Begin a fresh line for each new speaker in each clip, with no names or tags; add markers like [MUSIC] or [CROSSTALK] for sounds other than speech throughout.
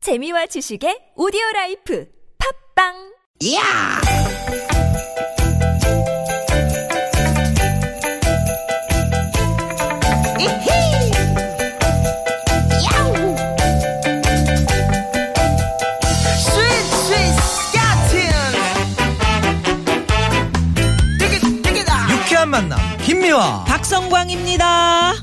재미와 지식의 오디오 라이프 팝빵
이야! 이히! 야우! 스윗, 스윗, 스틴 티켓, 티켓아!
유쾌한 만남 김미화
박성광입니다.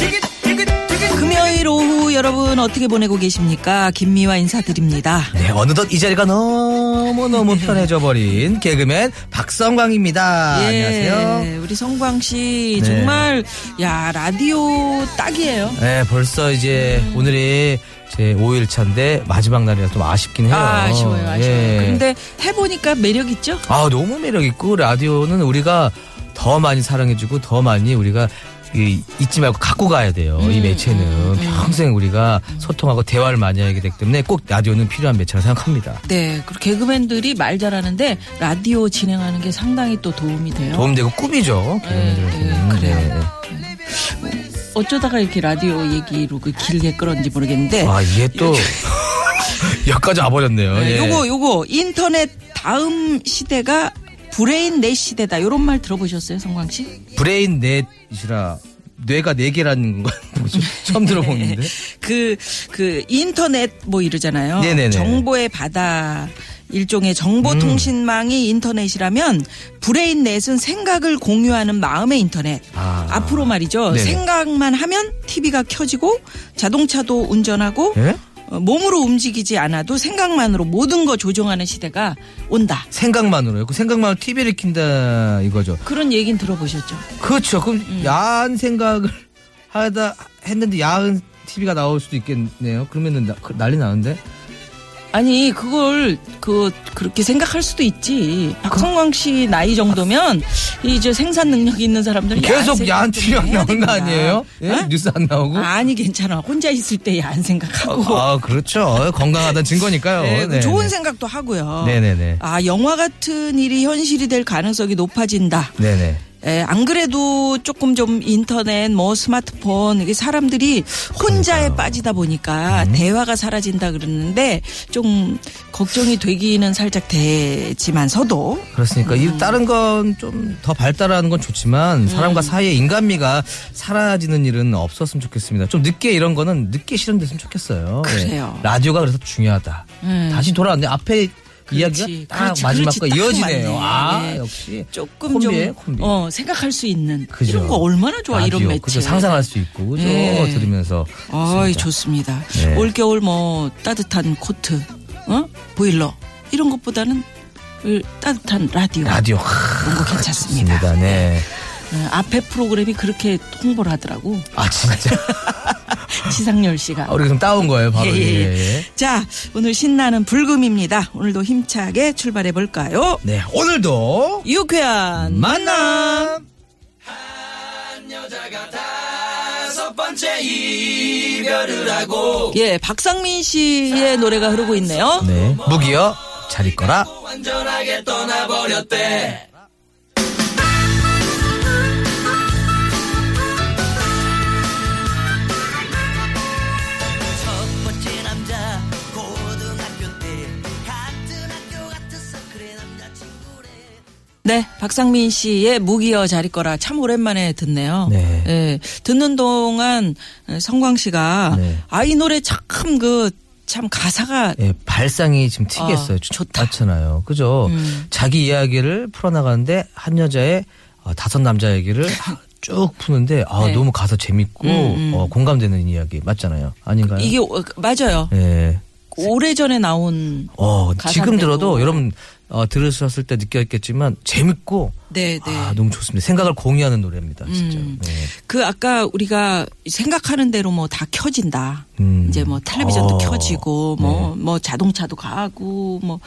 티켓, 티켓, 티켓!
금요일 오후 여러분 어떻게 보내고 계십니까? 김미화 인사드립니다.
네, 어느덧 이 자리가 너무너무 편해져 버린 개그맨
예.
박성광입니다 아, 안녕하세요
우리 성광 씨
네.
정말 야 라디오 딱이에요.
네 벌써 이제
음.
오늘이 제 5일차인데 마지막 날이라 좀 아쉽긴 해요
아, 아쉬워요, 아쉬워요.
예.
근데 해보니까 매력 있죠?
아 너무 매력있고 라디오는 우리가 더 많이 사랑해주고 더 많이 우리가 이- 잊지 말고 갖고 가야 돼요
음,
이 매체는 평생 우리가 소통하고 대화를 많이 하게 되기 때문에 꼭 라디오는 필요한 매체라 생각합니다
네, 그리고 개그맨들이 말 잘하는데 라디오 진행하는 게 상당히 또 도움이 돼요.
도움되고 꿈이죠 개그맨들한테는
네, 그래요. 뭐
네.
어쩌다가 이렇게 라디오 얘기로 그 길게 끌었는지 모르겠는데
아 이게 또 [LAUGHS] 여기까지 와버렸네요.
예. 네,
예.
요거 요거 인터넷 다음 시대가 브레인 내 시대다 요런 말 들어보셨어요, 성광 씨?
브레인 넷이라 뇌가 네 개라는 건 [LAUGHS] 뭐죠? 처음 들어보는데.
그, 그, 인터넷 뭐 이러잖아요.
네네네.
정보의 바다. 일종의 정보통신망이
음.
인터넷이라면 브레인넷은 생각을 공유하는 마음의 인터넷.
아.
앞으로 말이죠.
네네.
생각만 하면 TV가 켜지고 자동차도 운전하고
예?
어, 몸으로 움직이지 않아도 생각만으로 모든 거 조종하는 시대가 온다.
생각만으로요. 그 생각만으로 TV를 킨다 이거죠.
그런 얘긴 들어보셨죠.
그렇죠. 그럼
음.
야한 생각을 하다 했는데 야한 TV가 나올 수도 있겠네요. 그러면은 나- 그 난리 나는데.
아니 그걸 그 그렇게 생각할 수도 있지.
아,
박성광 씨 나이 정도면 이제 생산 능력이 있는 사람들은
계속 야한
야한 생각
TV가
좀 해야
나오는 거
됩니다.
아니에요? 예?
어?
뉴스 안 나오고?
아니 괜찮아. 혼자 있을 때 야한 생각하고.
아 그렇죠. 건강하다는 증거니까요.
네,
네,
좋은
네.
생각도 하고요.
네네네.
아 영화 같은 일이 현실이 될 가능성이 높아진다.
네네.
에, 안 그래도 조금 좀 인터넷, 뭐 스마트폰 이게 사람들이 혼자에 빠지다 보니까
음.
대화가 사라진다 그러는데 좀 걱정이 되기는 살짝 되지만서도
그렇습니까? 이 다른 건 좀 더 발달하는 건 좋지만
네.
사람과 사이의 인간미가 사라지는 일은 없었으면 좋겠습니다. 좀 늦게 이런 거는 늦게 실현됐으면 좋겠어요.
그래요.
예. 라디오가 그래서 중요하다.
음.
다시 돌아왔네. 앞에 이야기가
그렇지,
딱
그렇지,
마지막과
그렇지, 딱
이어지네요.
맞네.
아
예.
역시
조금
콤비예요,
좀
콤비.
어, 생각할 수 있는
그죠.
이런 거 얼마나 좋아 이런
라디오.
매체.
그죠. 상상할 수 있고 그죠.
예.
들으면서
아이
좋습니다.
좋습니다.
네.
올겨울 뭐 따뜻한 코트, 어? 보일러 이런 것보다는 그 따뜻한 라디오.
라디오 하,
그런 거 괜찮습니다.
좋습니다. 네.
어, 앞에 프로그램이 그렇게 홍보를 하더라고.
아 진짜.
지상열 씨가.
아, 우리 좀 따온 거예요, 바로.
예, 예, 예.
예, 예.
자, 오늘 신나는 불금입니다. 오늘도 힘차게 출발해 볼까요?
네. 오늘도
유쾌한
만남.
예, 박상민 씨의 노래가 흐르고 있네요.
뭐. 네. 무기여 잘 있거라.
네, 박상민 씨의 무기여 자리 거라 참 오랜만에 듣네요.
네.
예, 듣는 동안 성광 씨가
네.
아 이 노래 참 그 참 가사가
예, 발상이 지금 특이했어요.
어,
좋다. 맞잖아요. 그죠?
음.
자기 이야기를 풀어나가는데 한 여자의 어, 다섯 남자 얘기를 하- 쭉 푸는데 아,
네. 음,
너무 가사 재밌고 어, 공감되는 이야기 맞잖아요. 아닌가요?
이게 어, 맞아요.
예.
오래 전에 나온
어, 지금
가사인데도.
들어도 여러분 어, 들으셨을 때 느꼈겠지만 재밌고
네, 네.
아, 너무 좋습니다. 생각을 공유하는 노래입니다. 진짜.
음.
네.
그 아까 우리가 생각하는 대로 뭐 다 켜진다.
음.
이제 뭐 텔레비전도
어. 네.
켜지고 뭐 뭐 자동차도 가고 뭐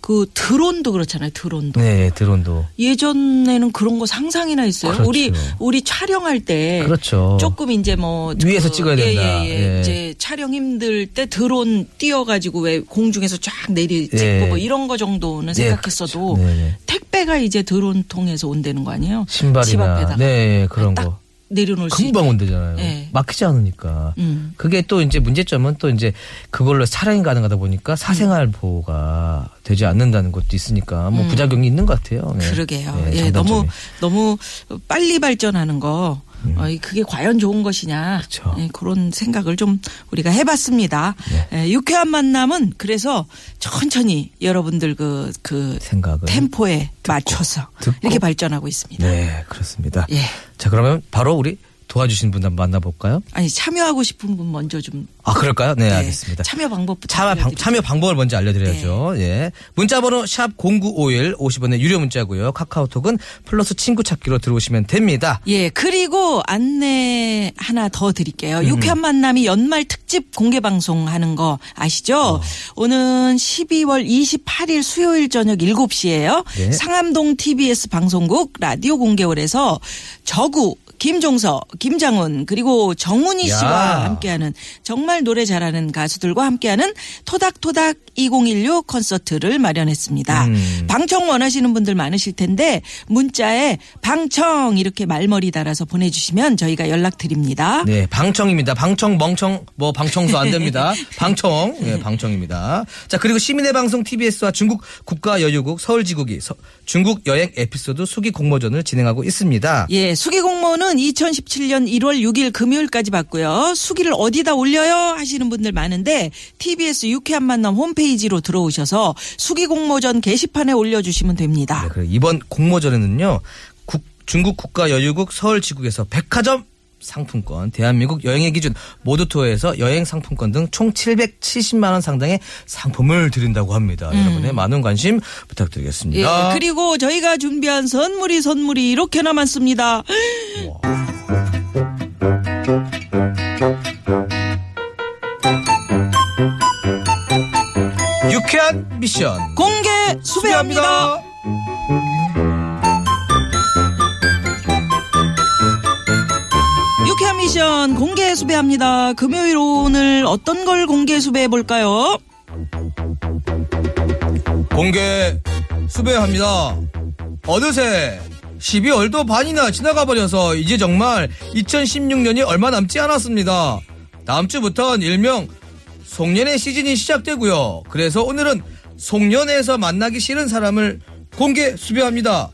그 드론도 그렇잖아요. 드론도.
네, 드론도.
예전에는 그런 거 상상이나 했어요.
그렇죠.
우리 우리 촬영할 때
그렇죠.
네. 조금 이제 뭐
위에서 찍어야
예,
된다.
예, 예.
예.
이제 촬영 힘들 때 드론 띄어가지고 왜 공중에서 쫙 내리 찍고
예.
뭐 이런 거 정도는 생각했어도
그렇죠. 네, 네.
택배가 이제 드론 통해서 온다는 거 아니에요? 집
신발이나
앞에다가
네, 그런
딱
거.
내려놓을 수 있다.
금방 온대잖아요.
네.
막히지 않으니까.
음.
그게 또 이제 문제점은 또 이제 그걸로 사랑이 가능하다 보니까 사생활 보호가 되지 않는다는 것도 있으니까 뭐 부작용이 있는 것 같아요. 네.
음. 그러게요.
네,
예,
장단점이.
너무 너무 빨리 발전하는 거 어, 이 그게 과연 좋은 것이냐
네. 그쵸.
예, 그런 생각을 좀 우리가 해봤습니다.
네.
예, 유쾌한 만남은 그래서 천천히 여러분들 그 그
생각을
템포에 맞춰서
네. 듣고.
이렇게 발전하고 있습니다.
네, 그렇습니다.
예.
자, 그러면 바로 우리 도와주신 분 한번 만나볼까요?
아니 참여하고 싶은 분 먼저 좀
아, 그럴까요? 네,
네,
알겠습니다.
참여 네. 방법부터
참여, 방,
알려드릴게요.
참여 방법을 먼저 알려드려야죠. 예. 문자번호 샵 0951 50원의 유료 문자고요. 카카오톡은 플러스 친구 찾기로 들어오시면 됩니다.
예, 그리고 안내 하나 더 드릴게요. 유쾌한 만남이 연말 특집 공개 방송 하는 거 아시죠?
어.
오는 12월 28일 수요일 저녁 7시에요.
네.
상암동 TBS 방송국 라디오 공개홀에서 저구 김종서, 김장훈 그리고 정훈이
야.
씨와 함께하는 정말 노래 잘하는 가수들과 함께하는 토닥토닥 2016 콘서트를 마련했습니다.
음.
방청 원하시는 분들 많으실 텐데 문자에 방청 이렇게 말머리 달아서 보내주시면 저희가 연락드립니다.
네, 방청입니다. 방청, 멍청, 뭐, 방청소 안
[LAUGHS]
됩니다. 방청, 예, 방청입니다. 자, 그리고 시민의 방송 TBS와 중국 국가여유국 서울지국이 서- 중국 여행 에피소드 수기 공모전을 진행하고 있습니다.
예, 수기 공모는 2017년 1월 6일 금요일까지 받고요. 수기를 어디다 올려요 하시는 분들 많은데 TBS 유쾌한 만남 홈페이지로 들어오셔서 수기 공모전 게시판에 올려주시면 됩니다.
네, 그리고 이번 공모전에는요, 국- 중국 국가여유국 서울지국에서 백화점 상품권, 대한민국 여행의 기준 모두투어에서 여행 상품권 등 총 770만 원 상당의 상품을 드린다고 합니다. 여러분의 많은 관심
음. 예,
부탁드리겠습니다.
그리고 저희가 준비한 선물이 선물이 이렇게 남았습니다.
유쾌한 미션
공개 수배합니다.
수배합니다.
유쾌한 미션 공개 수배합니다. 금요일 오늘 어떤 걸 공개 수배해 볼까요?
공개 수배합니다. 어느새 12월도 반이나 지나가 버려서 이제 정말 2016년이 얼마 남지 않았습니다. 다음 주부터는 일명 송년회 시즌이 시작되고요. 그래서 오늘은 송년회에서 만나기 싫은 사람을 공개 수배합니다.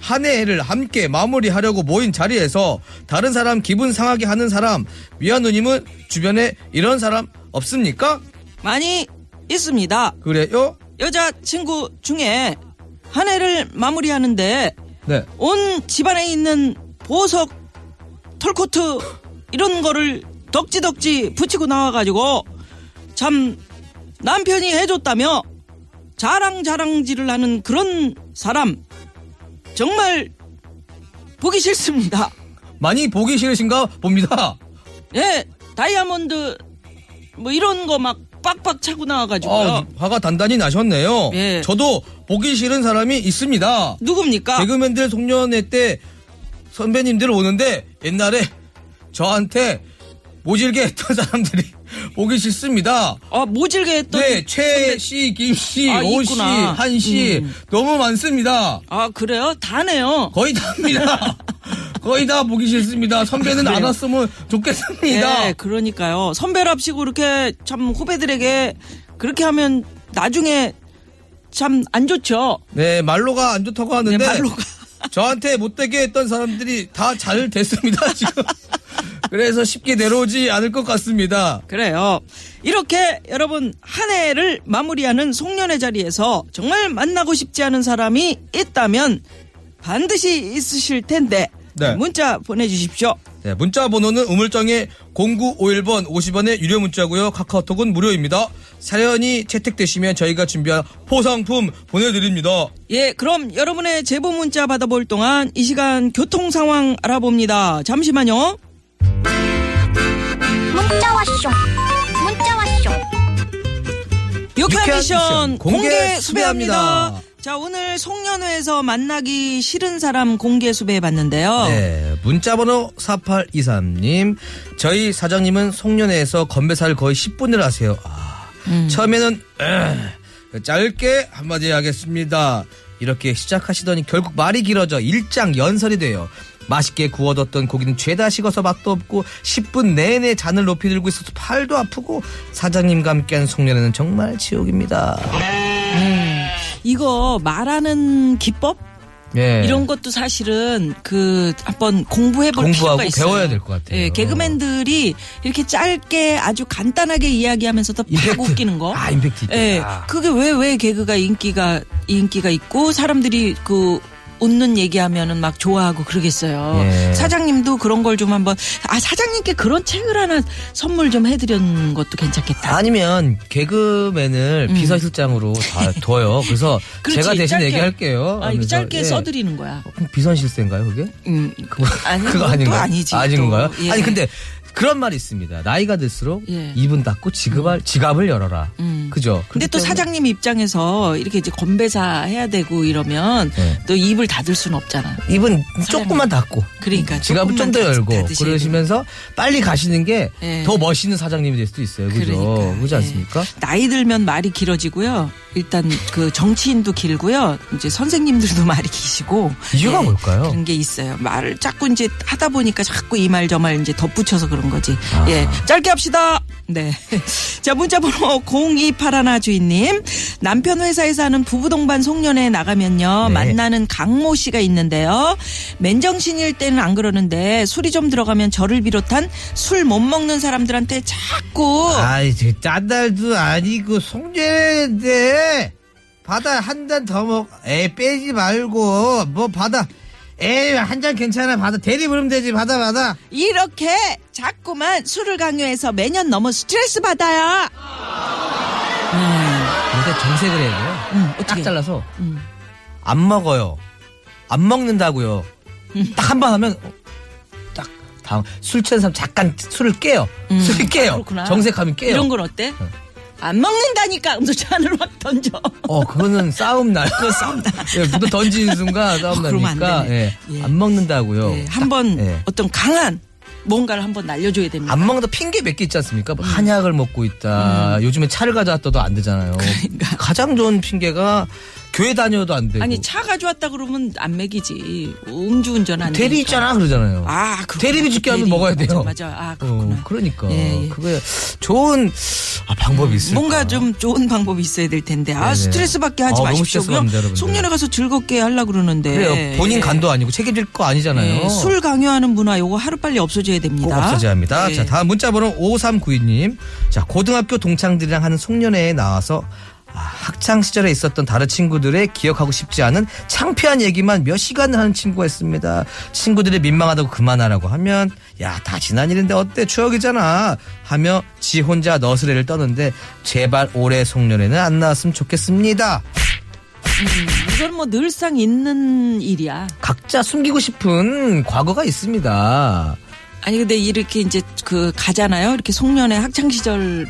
한 해를 함께 마무리하려고 모인 자리에서 다른 사람 기분 상하게 하는 사람 미아 누님은 주변에 이런 사람 없습니까?
많이 있습니다.
그래요?
여자친구 중에 한 해를 마무리하는데
네.
온 집안에 있는 보석 털코트 이런 거를 덕지덕지 붙이고 나와가지고 참 남편이 해줬다며 자랑자랑질을 하는 그런 사람 정말 보기 싫습니다.
많이 보기 싫으신가 봅니다.
예, 다이아몬드 뭐 이런 거 막 빡빡 차고 나와가지고요.
아, 화가 단단히 나셨네요.
예.
저도 보기 싫은 사람이 있습니다.
누굽니까?
개그맨들 송년회 때 선배님들 오는데 옛날에 저한테 모질게 했던 [LAUGHS] 사람들이 보기 싫습니다.
아 모질게 했던
네, 최 씨, 김 씨,
아,
오 씨,
있구나. 음.
한 씨, 너무 많습니다.
아 그래요? 다네요.
거의
[LAUGHS]
다입니다. 거의 다 보기 싫습니다. 선배는 안
그래요.
왔으면 좋겠습니다.
예, 그러니까요. 선배랍시고 이렇게 참 후배들에게 그렇게 하면 나중에 참 안 좋죠.
네, 말로가 안 좋다고 하는데
네, 말로가. [LAUGHS]
저한테 못되게 했던 사람들이 다 잘 됐습니다, [LAUGHS] 지금. 그래서 쉽게 내려오지 않을 것 같습니다.
그래요. 이렇게 여러분 한 해를 마무리하는 송년회 자리에서 정말 만나고 싶지 않은 사람이 있다면 반드시 있으실 텐데
네.
문자 보내주십시오.
네, 문자 번호는 우물정에 0951번 50원의 유료 문자고요. 카카오톡은 무료입니다. 사연이 채택되시면 저희가 준비한 포상품 보내드립니다.
예, 그럼 여러분의 제보 문자 받아볼 동안 이 시간 교통 상황 알아봅니다. 잠시만요.
문자 왔쇼 문자 왔쇼
유쾌한
유쾌한
미션
미션
공개,
공개
수배합니다.
수배합니다.
자, 오늘 송년회에서 만나기 싫은 사람 공개 수배해봤는데요.
네, 문자 번호 4823님. 저희 사장님은 송년회에서 건배사를 거의 10분을 하세요. 아, 처음에는 에, 짧게 한마디 하겠습니다. 이렇게 시작하시더니 결국 말이 길어져 일장 연설이 돼요. 맛있게 구워뒀던 고기는 죄다 식어서 맛도 없고 10분 내내 잔을 높이 들고 있어서 팔도 아프고 사장님과 함께한 송년회는 정말 지옥입니다.
이거 말하는 기법
예.
이런 것도 사실은 그 한번 공부해볼
공부하고
필요가 있어요.
배워야 될것 같아요.
예, 개그맨들이 이렇게 짧게 아주 간단하게 이야기하면서도 팍
임팩트.
웃기는 거.
아, 임팩트 있다.
예, 그게 왜 왜 개그가 인기가 인기가 있고 사람들이 그 웃는 얘기하면은 막 좋아하고 그러겠어요.
예.
사장님도 그런 걸 좀 한번 아 사장님께 그런 책을 하나 선물 좀 해드리는 것도 괜찮겠다.
아니면 개그맨을 비서실장으로 다 둬요. 그래서
음. [LAUGHS] 그렇지,
제가 대신
짧게.
얘기할게요.
아, 이거
하면서,
짧게
예.
써드리는 거야.
그럼 비선실세인가요, 그게?
음,
그거,
[LAUGHS] 아니,
그거
그건 또
아닌가요?
아니지,
아닌가요?
또. 예.
아니, 근데 그런 말이 있습니다. 나이가 들수록
예.
입은 닫고 지갑을, 지갑을 열어라.
음.
그죠?
근데 또
그렇기 때문에-
사장님 입장에서 이렇게 이제 건배사 해야 되고 이러면
예.
또 입을 닫을 수는 없잖아.
입은
사장님.
조금만 닫고.
그러니까
지갑을 좀 더
조금만 닫-
열고
닫으시고.
그러시면서 빨리 가시는 게 더
예.
멋있는 사장님이 될 수도 있어요. 그죠?
그러니까,
그렇지
예.
않습니까?
나이 들면 말이 길어지고요. 일단 그 정치인도 길고요. 이제 선생님들도 말이 기시고
이유가
예,
뭘까요?
그런 게 있어요. 말을 자꾸 이제 하다 보니까 자꾸 이 말 저 말 이제 덧붙여서 그런 거지.
아.
예. 짧게 합시다. 네. [LAUGHS] 자, 문자번호 0281 주인님. 남편 회사에서 하는 부부동반 송년회에 나가면요.
네.
만나는 강모 씨가 있는데요. 맨정신일 때는 안 그러는데 술이 좀 들어가면 저를 비롯한 술 못 먹는 사람들한테 자꾸
아이, 저 짠달도 아니고 송재인데 바다 한 잔 더 먹. 에 빼지 말고 뭐 바다. 에이 한 잔 괜찮아 바다 대리 부르면 되지 바다 바다.
이렇게 자꾸만 술을 강요해서 매년 너무 스트레스 받아요.
일단 그러니까 정색을 해야 돼요.
음, 어떻게?
딱 잘라서
음.
안 먹어요. 안 먹는다고요. 딱 한 번 하면 어, 딱 다음 술 취한 사람 잠깐 술을 깨요.
음.
술이 깨요.
아, 그렇구나.
정색하면 깨요.
이런 건 어때? 안 먹는다니까 음주 잔을 확 던져.
어, 그거는 싸움 나요. 그 싸움 나. 예, 무 던지는 순간 싸움
어, 그러면 안
나니까.
되네.
예,
예.
안 먹는다고요.
네, 한번
예.
어떤 강한 뭔가를 한번 날려줘야 됩니다.
안 먹는다 핑계 몇 개 있지 않습니까?
음.
뭐 한약을 먹고 있다. 요즘에 차를 가져왔다도 안 되잖아요.
그러니까.
가장 좋은 핑계가 교회 다녀도 안 되고.
아니 차 가져왔다 그러면 안 먹이지. 음주운전 안
뭐 대리
되니까.
있잖아 그러잖아요.
아, 그렇구나.
대리비 죽게 하면
대리.
먹어야 돼요.
맞아, 맞아. 아, 그렇구나.
그러니까
예, 예.
그게 좋은 아, 방법이 있을까?
뭔가 좀 좋은 방법이 있어야 될 텐데 아
네네.
스트레스 받게 하지
아, 너무 스트레스
마십시오고요.
받는다, 여러분들.
송년회 가서 즐겁게 하려 고 그러는데
그래요. 본인 간도 아니고 책임질 거 아니잖아요.
예, 술 강요하는 문화 요거 하루 빨리 없어져야 됩니다.
꼭 없어져야 합니다.
예.
자, 다음 문자 번호 5392님. 자, 고등학교 동창들이랑 하는 송년회에 나와서 아, 학창 시절에 있었던 다른 친구들의 기억하고 싶지 않은 창피한 얘기만 몇 시간을 하는 친구가 있습니다. 친구들이 민망하다고 그만하라고 하면 야, 다 지난 일인데 어때? 추억이잖아. 하며 지 혼자 너스레를 떠는데 제발 올해 송년회는 안 나왔으면 좋겠습니다.
이건 뭐 늘상 있는 일이야.
각자 숨기고 싶은 과거가 있습니다.
아니 근데 이렇게 이제 그 가잖아요. 이렇게 송년회 학창 시절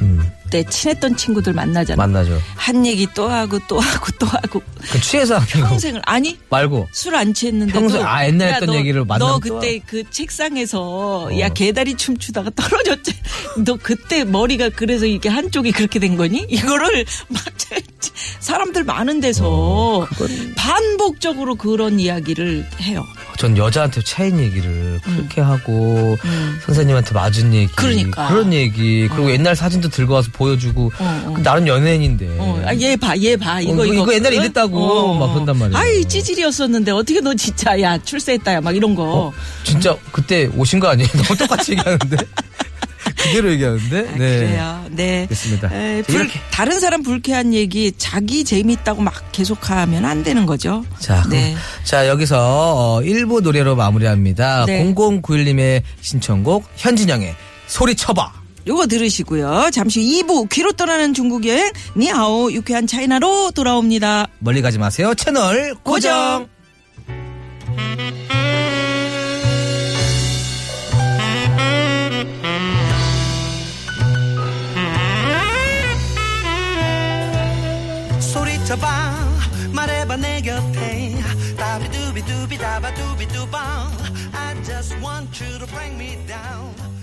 때 친했던 친구들 만나잖아.
음. 만나죠.
한 얘기 또 하고 또 하고 또 하고
그 취해서 하는 거
평생을 아니
말고
술 안 취했는데
평소에 아, 옛날에 했던 얘기를 만나면
너
또 어.
그때 그 책상에서 야 개다리 춤추다가 떨어졌지 [LAUGHS] 너 그때 머리가 그래서 이게 한쪽이 그렇게 된 거니 이거를 [LAUGHS] 막 사람들 많은 데서
어,
반복적으로 그런 이야기를 해요
전 여자한테 차인 얘기를 그렇게 하고
음.
선생님한테 맞은 얘기
그러니까.
런 얘기 그리고 옛날 사진도 들고 와서 보여주고
어, 어.
그 나름 연예인인데
어, 아, 얘 봐, 얘 봐. 이거,
네. 어, 이거,
이거. 어.
이거 옛날에 이랬다고 막 그런단 말이에요.
아이, 찌질이었었는데 어떻게 너 진짜, 야, 출세했다, 야, 막 이런
어.
거.
진짜 그때 오신 거 아니에요? [LAUGHS] 너무 똑같이 얘기하는데 [LAUGHS] 그대로 얘기하는데
아, 그래요. 네.
됐습니다.
에,
네. 자,
불-
이렇게.
다른 사람 불쾌한 얘기 자기 재밌다고 막 계속하면 안 되는 거죠.
자, 그럼-
네.
자 여기서 어, 1부 노래로 마무리합니다.
네.
0091님의 신청곡 현진영의 소리 쳐봐.
요거 들으시고요. 잠시 2부 귀로 떠나는 중국 여행 니하오 유쾌한 차이나로 돌아옵니다.
멀리 가지 마세요. 채널 고정.
고정.
소리쳐봐 말해봐 내 곁에 다비두비두비 다바두비두바 I just want you to bring me down